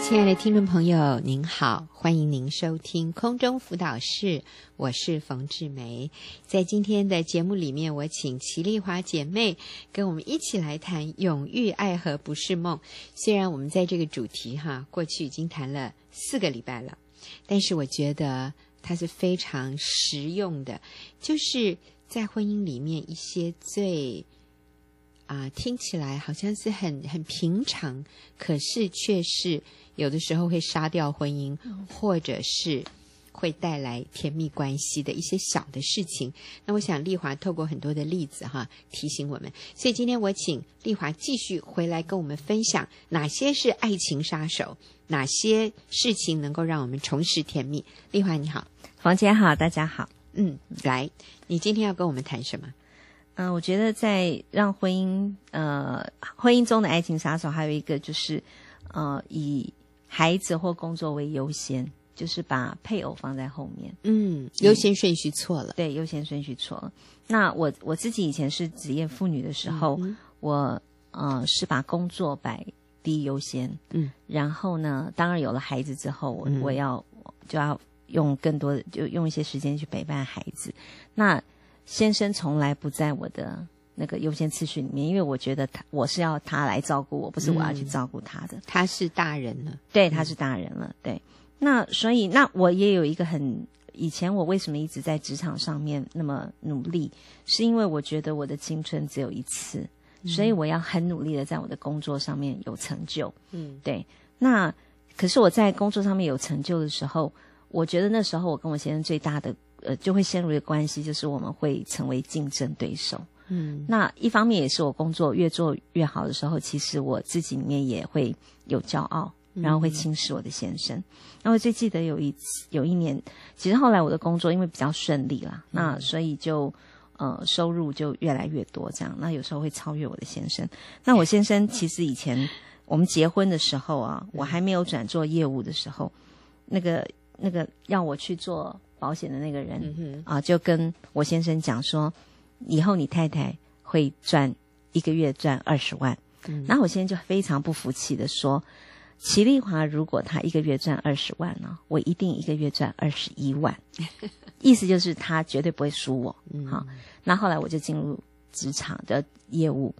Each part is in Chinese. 亲爱的听众朋友，您好，欢迎您收听空中辅导室，我是冯志梅。在今天的节目里面，我请齐丽华姐妹跟我们一起来谈“永浴爱河不是梦”。虽然我们在这个主题哈，过去已经谈了四个礼拜了，但是我觉得它是非常实用的，就是在婚姻里面一些最。啊、听起来好像是很很平常，可是却是有的时候会杀掉婚姻，或者是会带来甜蜜关系的一些小的事情。那我想丽华透过很多的例子哈，提醒我们。所以今天我请丽华继续回来跟我们分享哪些是爱情杀手，哪些事情能够让我们重拾甜蜜。丽华你好，冯姐好，大家好。嗯，来，你今天要跟我们谈什么？嗯、我觉得在让婚姻呃婚姻中的爱情杀手，还有一个就是呃以孩子或工作为优先，就是把配偶放在后面。嗯，优先顺序错了。对，优先顺序错了。那我我自己以前是职业妇女的时候，嗯我呃是把工作摆第一优先，嗯，然后呢，当然有了孩子之后，我、嗯我要就要用更多的，就用一些时间去陪伴孩子。那先生从来不在我的那个优先次序里面，因为我觉得他我是要他来照顾我，不是我要去嗯照顾他的。他是大人了。对，他是大人了，对。那所以，那我也有一个很，以前我为什么一直在职场上面那么努力，是因为我觉得我的青春只有一次，所以我要很努力的在我的工作上面有成就。嗯对，那可是我在工作上面有成就的时候，我觉得那时候我跟我先生最大的呃就会陷入的关系就是我们会成为竞争对手。嗯那一方面也是我工作越做越好的时候，其实我自己里面也会有骄傲，然后会轻视我的先生。那我最记得有一次，有一年，其实后来我的工作因为比较顺利啦，那所以就呃收入就越来越多，这样那有时候会超越我的先生。那我先生其实以前我们结婚的时候啊，我还没有转做业务的时候，那个那个要我去做保险的那个人，嗯哼啊，就跟我先生讲说，以后你太太会赚一个月赚二十万。嗯然后我先生就非常不服气的说，齐丽华如果她一个月赚二十万呢、我一定一个月赚二十一万，意思就是他绝对不会输我。嗯好那后来我就进入职场的业务。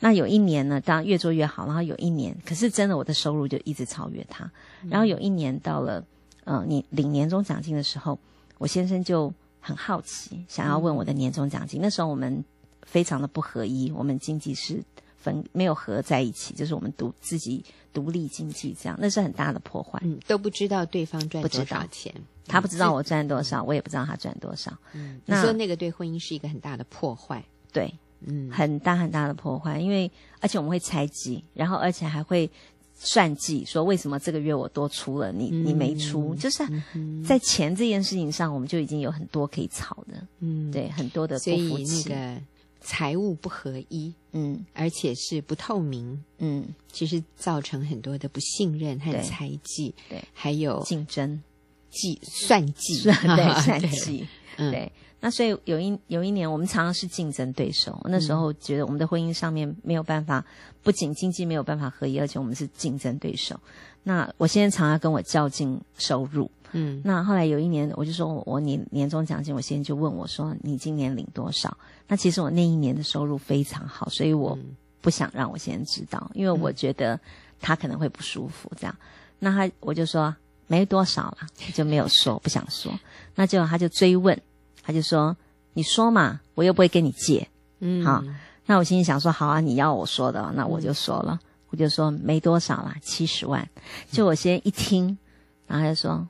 那有一年呢，当然越做越好，然后有一年，可是真的我的收入就一直超越他。然后有一年到了，呃，你领年终奖金的时候，我先生就很好奇，想要问我的年终奖金。那时候我们非常的不合一，我们经济是分没有合在一起，就是我们独自己独立经济这样，那是很大的破坏。嗯，都不知道对方赚不知多少道钱，他不知道我。我赚多少，我也不知道他赚多少。嗯你那说那个对婚姻是一个很大的破坏，对，嗯，很大很大的破坏，因为而且我们会猜忌，然后而且还会算计，说为什么这个月我多出了，你嗯你没出，就是在钱这件事情上，我们就已经有很多可以吵的，嗯，对，很多的所不服以那气，个财务不合一，嗯而且是不透明，嗯，其实造成很多的不信任和对猜忌，对还有竞争， 计算计，啊算 对哦 对算计，嗯对。那所以有一有一年，我们常常是竞争对手。那嗯时候觉得我们的婚姻上面没有办法，不仅经济没有办法合一，而且我们是竞争对手。那我现在常常跟我较劲收入，嗯那后来有一年，我就说我我年年终奖金，我先生就问我说你今年领多少？那其实我那一年的收入非常好，所以我嗯不想让我先生知道，因为我觉得他可能会不舒服这样。那他我就说没多少啦，就没有说，不想说。那结果他就追问，他就说你说嘛，我又不会跟你借。嗯，好那我心里想说，好啊，你要我说的，那我就说了，我就说没多少啦，七十万。就我先一听，然后他就说，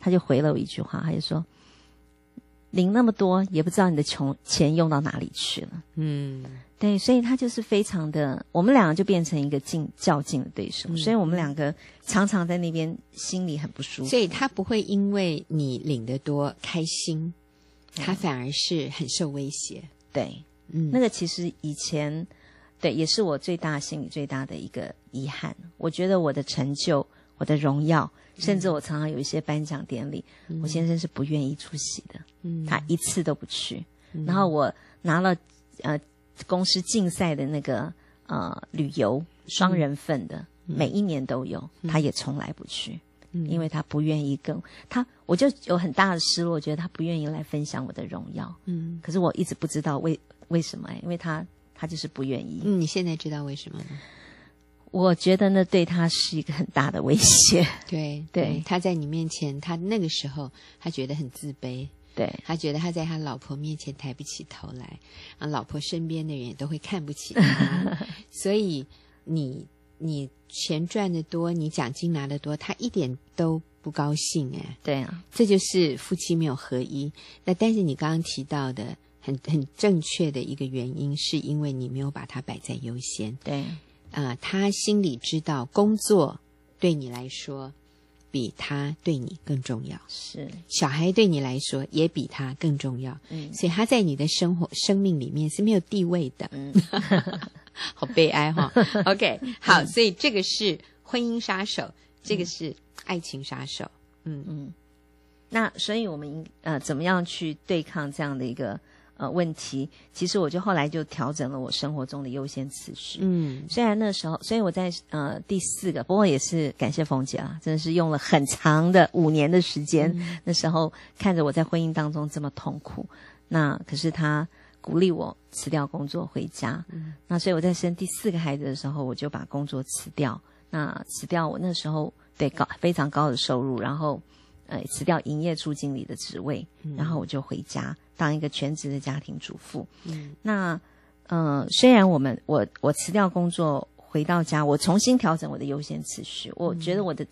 他就回了我一句话，他就说，领那么多，也不知道你的穷钱用到哪里去了。嗯对，所以他就是非常的，我们两个就变成一个竞较劲的对手，所以我们两个常常在那边心里很不舒服。所以他不会因为你领得多开心，嗯他反而是很受威胁，对，嗯，那个其实以前，对，也是我最大心里最大的一个遗憾。我觉得我的成就、我的荣耀，嗯甚至我常常有一些颁奖典礼，我先生是不愿意出席的，嗯他一次都不去。然后我拿了嗯呃公司竞赛的那个呃旅游双人份的，每一年都有，他也从来不去，嗯因为他不愿意跟他，我就有很大的失落，我觉得他不愿意来分享我的荣耀。嗯可是我一直不知道为为什么、因为他他就是不愿意。嗯，你现在知道为什么吗？我觉得那对他是一个很大的威 胁。对对他在你面前，他那个时候他觉得很自卑，对他觉得他在他老婆面前抬不起头来，啊，老婆身边的人也都会看不起他， 所以你你钱赚的多，你奖金拿的多，他一点都不高兴哎，对啊，这就是夫妻没有合一。那但是你刚刚提到的很很正确的一个原因，是因为你没有把他摆在优先。对啊，他心里知道工作对你来说比他对你更重要，是，小孩对你来说也比他更重要，嗯所以他在你的生活生命里面是没有地位的，嗯， 好悲哀 哈、OK，好，所以这个是婚姻杀手，这个是爱情杀手。嗯那所以我们应呃怎么样去对抗这样的一个呃问题？其实我就后来就调整了我生活中的优先次序。嗯虽然那时候，所以我在呃第四个，不过也是感谢冯姐啊，真的是用了很长的五年的时间。那时候看着我在婚姻当中这么痛苦，那可是她鼓励我辞掉工作回家。嗯那所以我在生第四个孩子的时候，我就把工作辞掉。那辞掉我那时候对高非常高的收入，然后呃辞掉营业处经理的职位，然后我就回家当一个全职的家庭主妇。嗯那呃，虽然我们我我辞掉工作回到家，我重新调整我的优先次序，我觉得我的、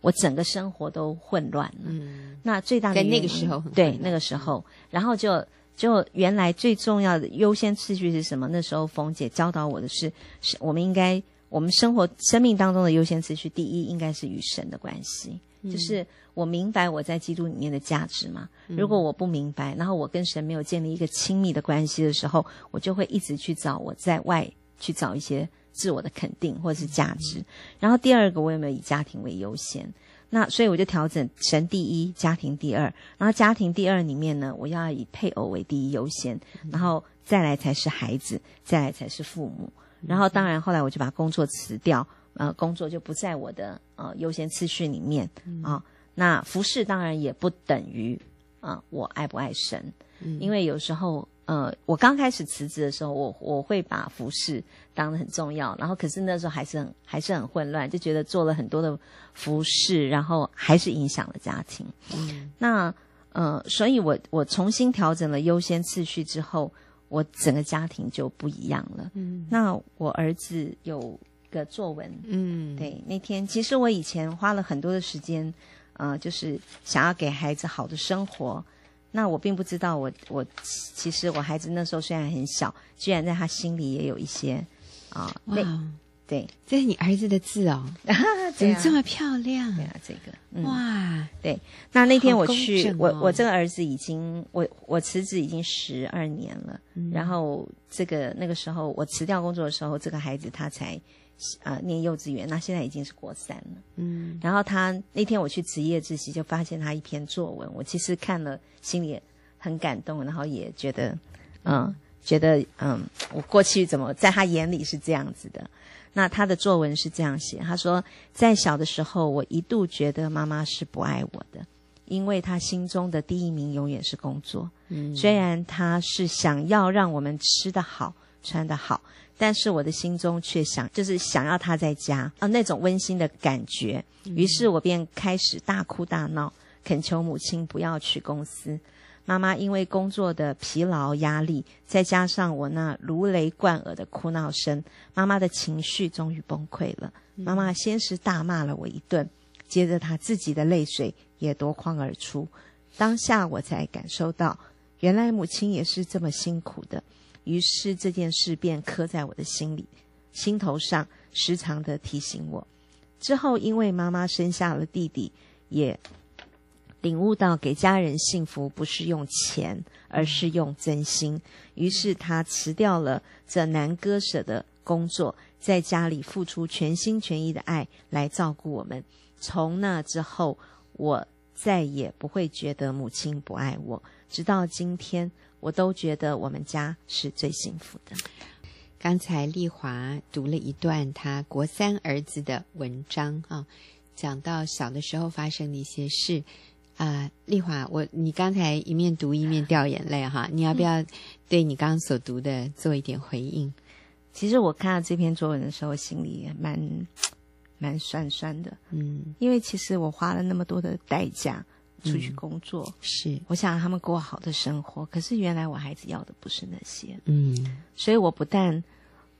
我整个生活都混乱了。嗯那最大的在那原个因时候很混对乱那个时候，然后就就原来最重要的优先次序是什么？那时候冯姐教导我的是，是我们应该我们生活生命当中的优先次序，第一应该是与神的关系，嗯就是我明白我在基督里面的价值嘛。嗯如果我不明白，然后我跟神没有建立一个亲密的关系的时候，我就会一直去找我在外去找一些自我的肯定或者是价值。嗯然后第二个，我有没有以家庭为优先？那所以我就调整神第一，家庭第二，然后家庭第二里面呢，我要以配偶为第一优先，然后再来才是孩子，再来才是父母。然后当然后来我就把工作辞掉，呃，工作就不在我的呃优先次序里面啊、那服饰当然也不等于啊、我爱不爱神，嗯因为有时候。呃，我刚开始辞职的时候，我我会把服饰当得很重要，然后可是那时候还是很还是很混乱，就觉得做了很多的服饰，然后还是影响了家庭。嗯那呃，所以我我重新调整了优先次序之后，我整个家庭就不一样了。嗯那我儿子有个作文，嗯，对，那天其实我以前花了很多的时间，呃，就是想要给孩子好的生活。那我并不知道我，我其实我孩子那时候虽然很小，居然在他心里也有一些啊、哇那，对，这是你儿子的字哦，怎么这么漂亮？啊对啊，这个、嗯、哇，那那天好我工去，整哦我我这个儿子已经我我辞职已经十二年了，嗯然后这个那个时候我辞掉工作的时候，这个孩子他才呃念幼稚园，那现在已经是国三了。嗯然后他那天我去职业自习，就发现他一篇作文，我其实看了心里很感动，然后也觉得，嗯，觉得嗯，我过去怎么在他眼里是这样子的。那他的作文是这样写，他说，在小的时候，我一度觉得妈妈是不爱我的，因为她心中的第一名永远是工作。嗯虽然他是想要让我们吃得好、穿得好，但是我的心中却想，就是想要他在家啊、那种温馨的感觉。于是我便开始大哭大闹，恳求母亲不要去公司。妈妈因为工作的疲劳压力，再加上我那如雷贯耳的哭闹声，妈妈的情绪终于崩溃了。妈妈先是大骂了我一顿，接着她自己的泪水也夺眶而出。当下我才感受到，原来母亲也是这么辛苦的。于是这件事便刻在我的心里、心头上，时常的提醒我。之后，因为妈妈生下了弟弟，也领悟到给家人幸福不是用钱，而是用真心。于是她辞掉了这难割舍的工作，在家里付出全心全意的爱来照顾我们。从那之后，我再也不会觉得母亲不爱我，直到今天，我都觉得我们家是最幸福的。刚才丽华读了一段她国三儿子的文章啊，讲到小的时候发生的一些事啊、丽华，我你刚才一面读一面掉眼泪哈，你要不要对你刚刚所读的做一点回应？其实我看到这篇作文的时候，心里也蛮蛮酸酸的，嗯，因为其实我花了那么多的代价出去嗯工作，是，我想让他们过好的生活，可是原来我孩子要的不是那些，嗯所以我不但，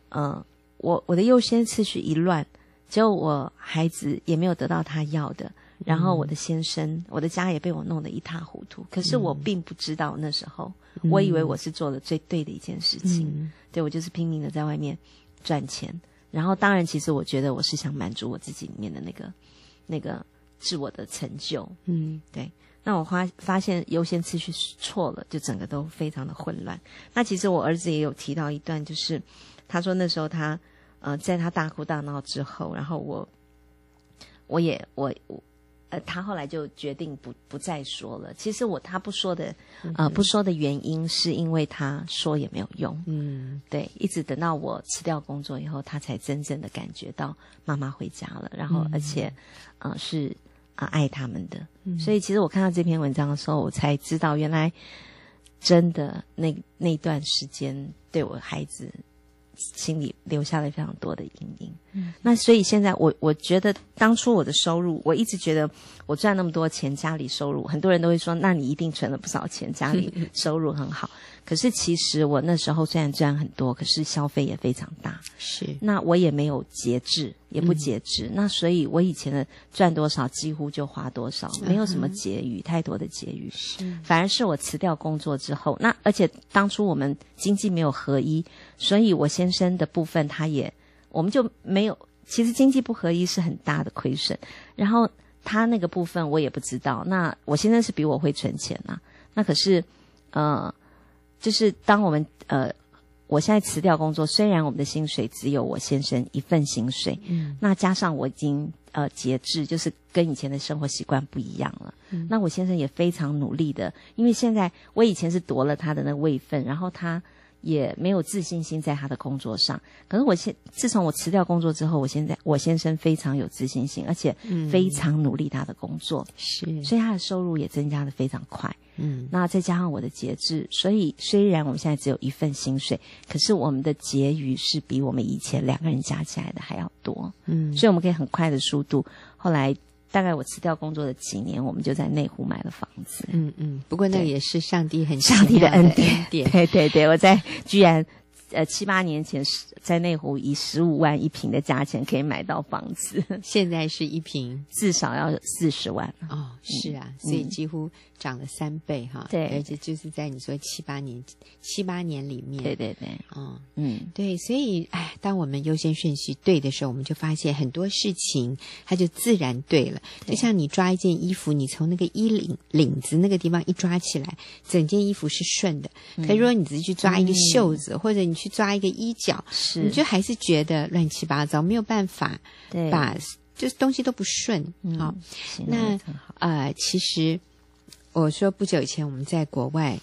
呃，我我的优先次序一乱，结果我孩子也没有得到他要的，然后我的先生、我的家也被我弄得一塌糊涂。可是我并不知道那时候，我以为我是做了最对的一件事情，嗯对我就是拼命的在外面赚钱。然后当然，其实我觉得我是想满足我自己里面的那个那个自我的成就，嗯那我发发现优先次序是错了，就整个都非常的混乱。那其实我儿子也有提到一段，就是他说那时候他呃，在他大哭大闹之后，然后我我也我我呃，他后来就决定不不再说了。其实我他不说的呃不说的原因，是因为他说也没有用。嗯对，一直等到我辞掉工作以后，他才真正的感觉到妈妈回家了，然后而且呃是啊、呃爱他们的。嗯所以其实我看到这篇文章的时候，我才知道原来真的那那段时间对我孩子心里留下了非常多的阴影。嗯那所以现在我我觉得当初我的收入，我一直觉得我赚那么多钱，家里收入，很多人都会说，那你一定存了不少钱，家里收入很好。可是其实我那时候虽然赚很多，可是消费也非常大。是，那我也没有节制，也不节制。那所以，我以前的赚多少几乎就花多少，没有什么结余，太多的结余。是反而是我辞掉工作之后，那而且当初我们经济没有合一，所以我先生的部分他也，我们就没有。其实经济不合一是很大的亏损，然后他那个部分我也不知道。那我先生是比我会存钱啊，那可是，呃，就是当我们呃，我现在辞掉工作，虽然我们的薪水只有我先生一份薪水，嗯那加上我已经呃节制，就是跟以前的生活习惯不一样了。嗯那我先生也非常努力的，因为现在我以前是夺了他的那位分，然后他也没有自信心在他的工作上。可是我现自从我辞掉工作之后，我现在我先生非常有自信心，而且嗯非常努力他的工作，是，所以他的收入也增加的非常快。嗯那再加上我的节制，所以虽然我们现在只有一份薪水，可是我们的结余是比我们以前两个人加起来的还要多，嗯所以我们可以很快的速度。后来大概我辞掉工作的几年，我们就在内湖买了房子。嗯嗯，不过那对也是上帝很上帝奇的妙恩典典，典对对对，我在居然呃七八年前是在内湖以十五万一平的价钱可以买到房子， 现在是一瓶至少要四十万。哦，是啊，所以几乎涨了三倍哈。嗯对而且就是在你说七八年七八年里面，对对对，哦，嗯，对，所以哎，当我们优先顺序对的时候，我们就发现很多事情它就自然对了。就对像你抓一件衣服，你从那个衣领领子那个地方一抓起来，整件衣服是顺的。嗯可如果你只是去抓一个袖子，或者你去抓一个衣角，是你就还是觉得乱七八糟，没有办法对把就是东西都不顺啊。嗯好形容得那很好呃，其实我说不久以前我们在国外，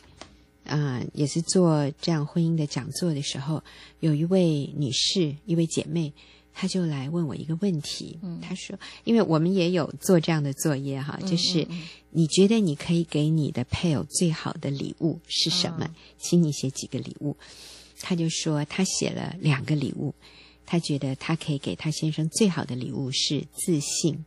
啊、也是做这样婚姻的讲座的时候，有一位女士，一位姐妹，她就来问我一个问题。她说，因为我们也有做这样的作业哈，就是你觉得你可以给你的配偶最好的礼物是什么？请你写几个礼物。她就说，她写了两个礼物。她觉得她可以给她先生最好的礼物是自信，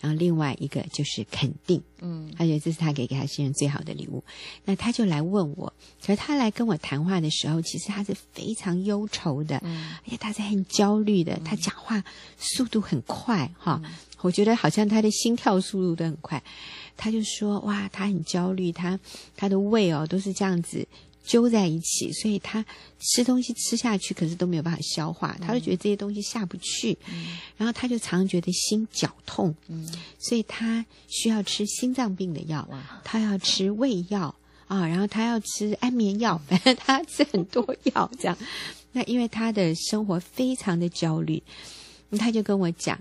然后另外一个就是肯定，嗯，他哎觉得这是他给给他先生最好的礼物。那他就来问我，可是他来跟我谈话的时候，其实他是非常忧愁的，而且他是很焦虑的，他讲话速度很快哈，我觉得好像他的心跳速度都很快。他就说哇，他很焦虑，他他的胃哦都是这样子。揪在一起，所以他吃东西吃下去，可是都没有办法消化，他就觉得这些东西下不去，然后他就常觉得心绞痛，所以他需要吃心脏病的药，他要吃胃药啊，然后他要吃安眠药， 反正他吃很多药这样。那因为他的生活非常的焦虑，他就跟我讲，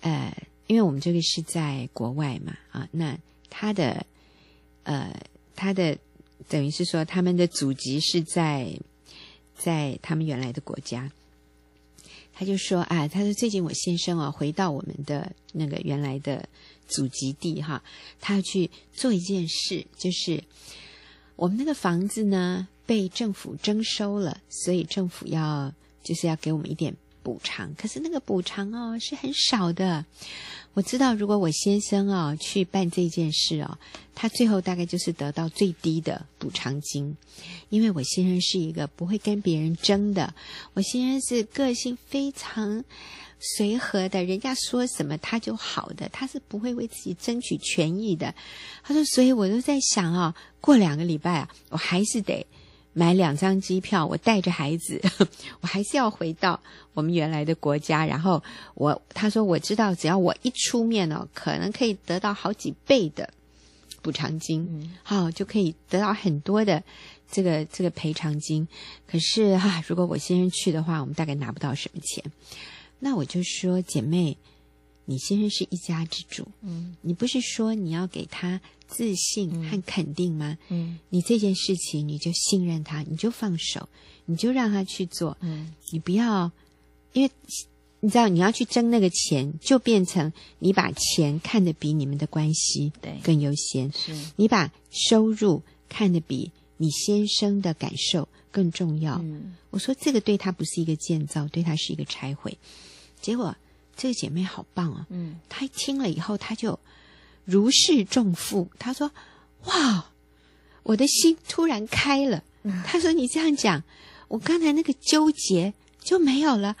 呃，因为我们这个是在国外嘛，啊，那他的呃他的等于是说他们的祖籍是在在他们原来的国家。他就说啊，他说最近我先生啊回到我们的那个原来的祖籍地哈，他要去做一件事，就是我们那个房子呢被政府征收了，所以政府要就是要给我们一点补偿，可是那个补偿哦是很少的。我知道，如果我先生哦去办这件事哦，他最后大概就是得到最低的补偿金，因为我先生是一个不会跟别人争的，我先生是个性非常随和的，人家说什么他就好的，他是不会为自己争取权益的。他说，所以我就在想啊、过两个礼拜啊，我还是得。买两张机票，我带着孩子， 我还是要回到我们原来的国家。然后我他说我知道，只要我一出面哦，可能可以得到好几倍的补偿金，嗯好、就可以得到很多的这个这个赔偿金。可是哈、啊，如果我先生去的话，我们大概拿不到什么钱。那我就说，姐妹，你先生是一家之主，嗯你不是说你要给他自信和肯定吗？嗯你这件事情，你就信任他，你就放手，你就让他去做，嗯你不要，因为你知道你要去争那个钱，就变成你把钱看得比你们的关系对更优先，是你把收入看得比你先生的感受更重要。嗯我说这个对他不是一个建造，对他是一个拆毁。结果这个姐妹好棒啊，嗯她一听了以后，她就如释重负。她说：“哇，我的心突然开了。”嗯她说：“你这样讲，我刚才那个纠结就没有了，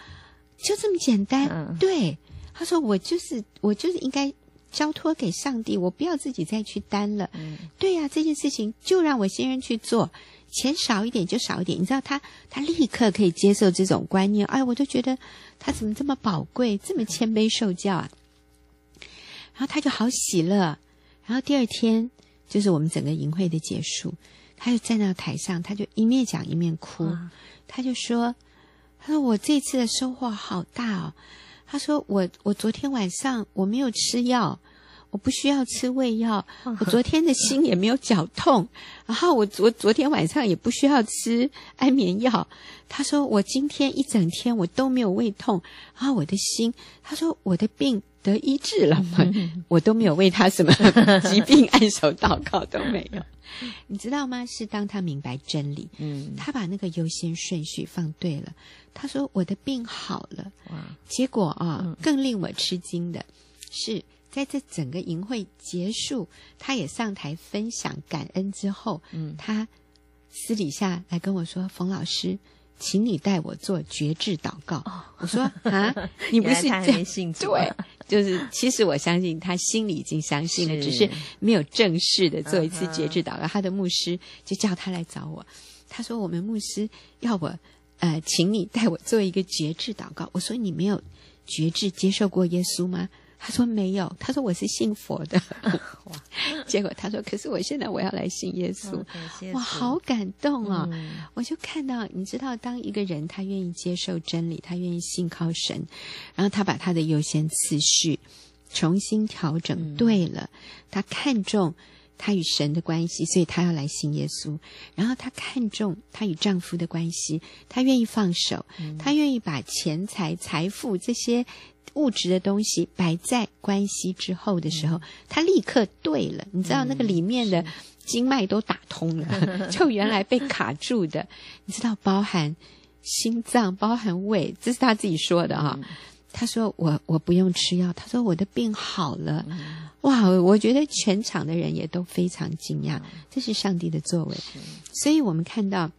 就这么简单。嗯对，她说：“我就是我就是应该交托给上帝，我不要自己再去担了。嗯对呀、这件事情就让我先生去做，钱少一点就少一点。你知道他，他立刻可以接受这种观念。哎，我就觉得他怎么这么宝贵，这么谦卑受教啊！然后他就好喜乐。然后第二天就是我们整个营会的结束，他就站到台上，他就一面讲一面哭。哇他就说：“他说我这次的收获好大哦。他说我我昨天晚上我没有吃药，我不需要吃胃药，我昨天的心也没有绞痛，然后我昨昨天晚上也不需要吃安眠药。他说我今天一整天我都没有胃痛，然后我的心，他说我的病得医治了嘛，我都没有为他什么 疾病按手祷告都没有。你知道吗？是当他明白真理，嗯他把那个优先顺序放对了。他说我的病好了，哇结果啊，嗯更令我吃惊的是，在这整个营会结束，他也上台分享感恩之后，嗯他私底下来跟我说：“冯老师，请你带我做觉志祷告。我说：“ 啊，你不哦原来是这他还样没信主啊对， 就是其实我相信他心里已经相信了，是只是没有正式的做一次嗯哼节制祷告。他的牧师就叫他来找我，他说我们牧师要我呃，请你带我做一个节制祷告。我说你没有觉志接受过耶稣吗？他说没有，他说我是信佛 的。 结果他说，可是我现在我要来信耶稣哦，感谢哇，主好感动哦。嗯我就看到，你知道，当一个人他愿意接受真理，他愿意信靠神，然后他把他的优先次序重新调整对了，他看重他与神的关系，所以他要来信耶稣。然后他看重他与丈夫的关系，他愿意放手，他愿意把钱财、财富这些物质的东西摆在关系之后的时候，他立刻对了。你知道那个里面的经脉都打通了，就原来被卡住的，你知道，包含心脏，包含胃，这是他自己说的哈、他说我我不用吃药，他说我的病好了，哇！我觉得全场的人也都非常惊讶，这是上帝的作为。所以我们看到，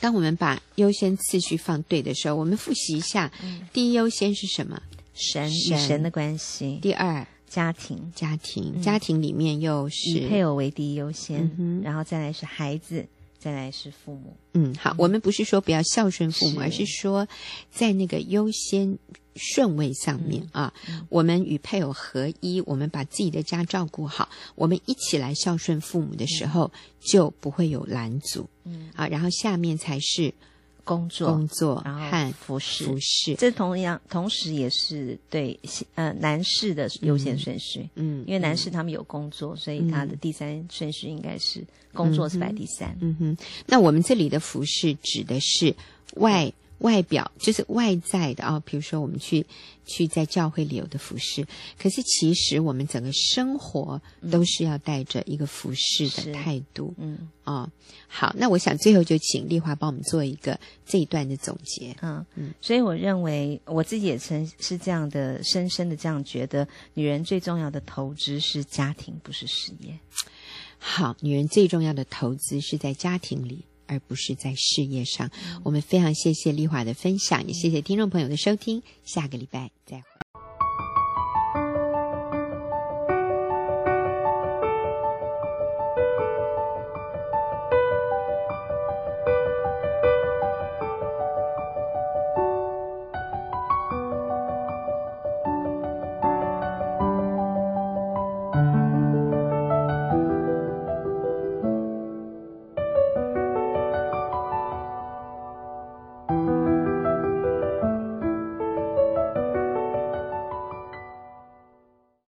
当我们把优先次序放对的时候，我们复习一下，嗯第一优先是什么？神与神神的关系，第二，家庭家庭，家庭里面又是以嗯配偶为第一优先，嗯哼然后再来是孩子，再来是父母，嗯，好，我们不是说不要孝顺父母，是而是说在那个优先顺位上面、嗯啊，我们与配偶合一，我们把自己的家照顾好，我们一起来孝顺父母的时候，就不会有拦阻。嗯，啊，然后下面才是工作，工作然后和服饰，服饰，这同样同时也是对呃男士的优先顺序，嗯，因为男士他们有工作，所以他的第三顺序应该是工作是排第三。嗯哼，那我们这里的服饰指的是外外表，就是外在的啊、比如说我们去去在教会里有的服饰，可是其实我们整个生活都是要带着一个服饰的是态度嗯啊、好，那我想最后就请丽华帮我们做一个这一段的总结。嗯嗯所以我认为我自己也曾是这样的，深深的这样觉得，女人最重要的投资是家庭，不是事业。好，女人最重要的投资是在家庭里，而不是在事业上。我们非常谢谢丽华的分享，也谢谢听众朋友的收听，下个礼拜再会。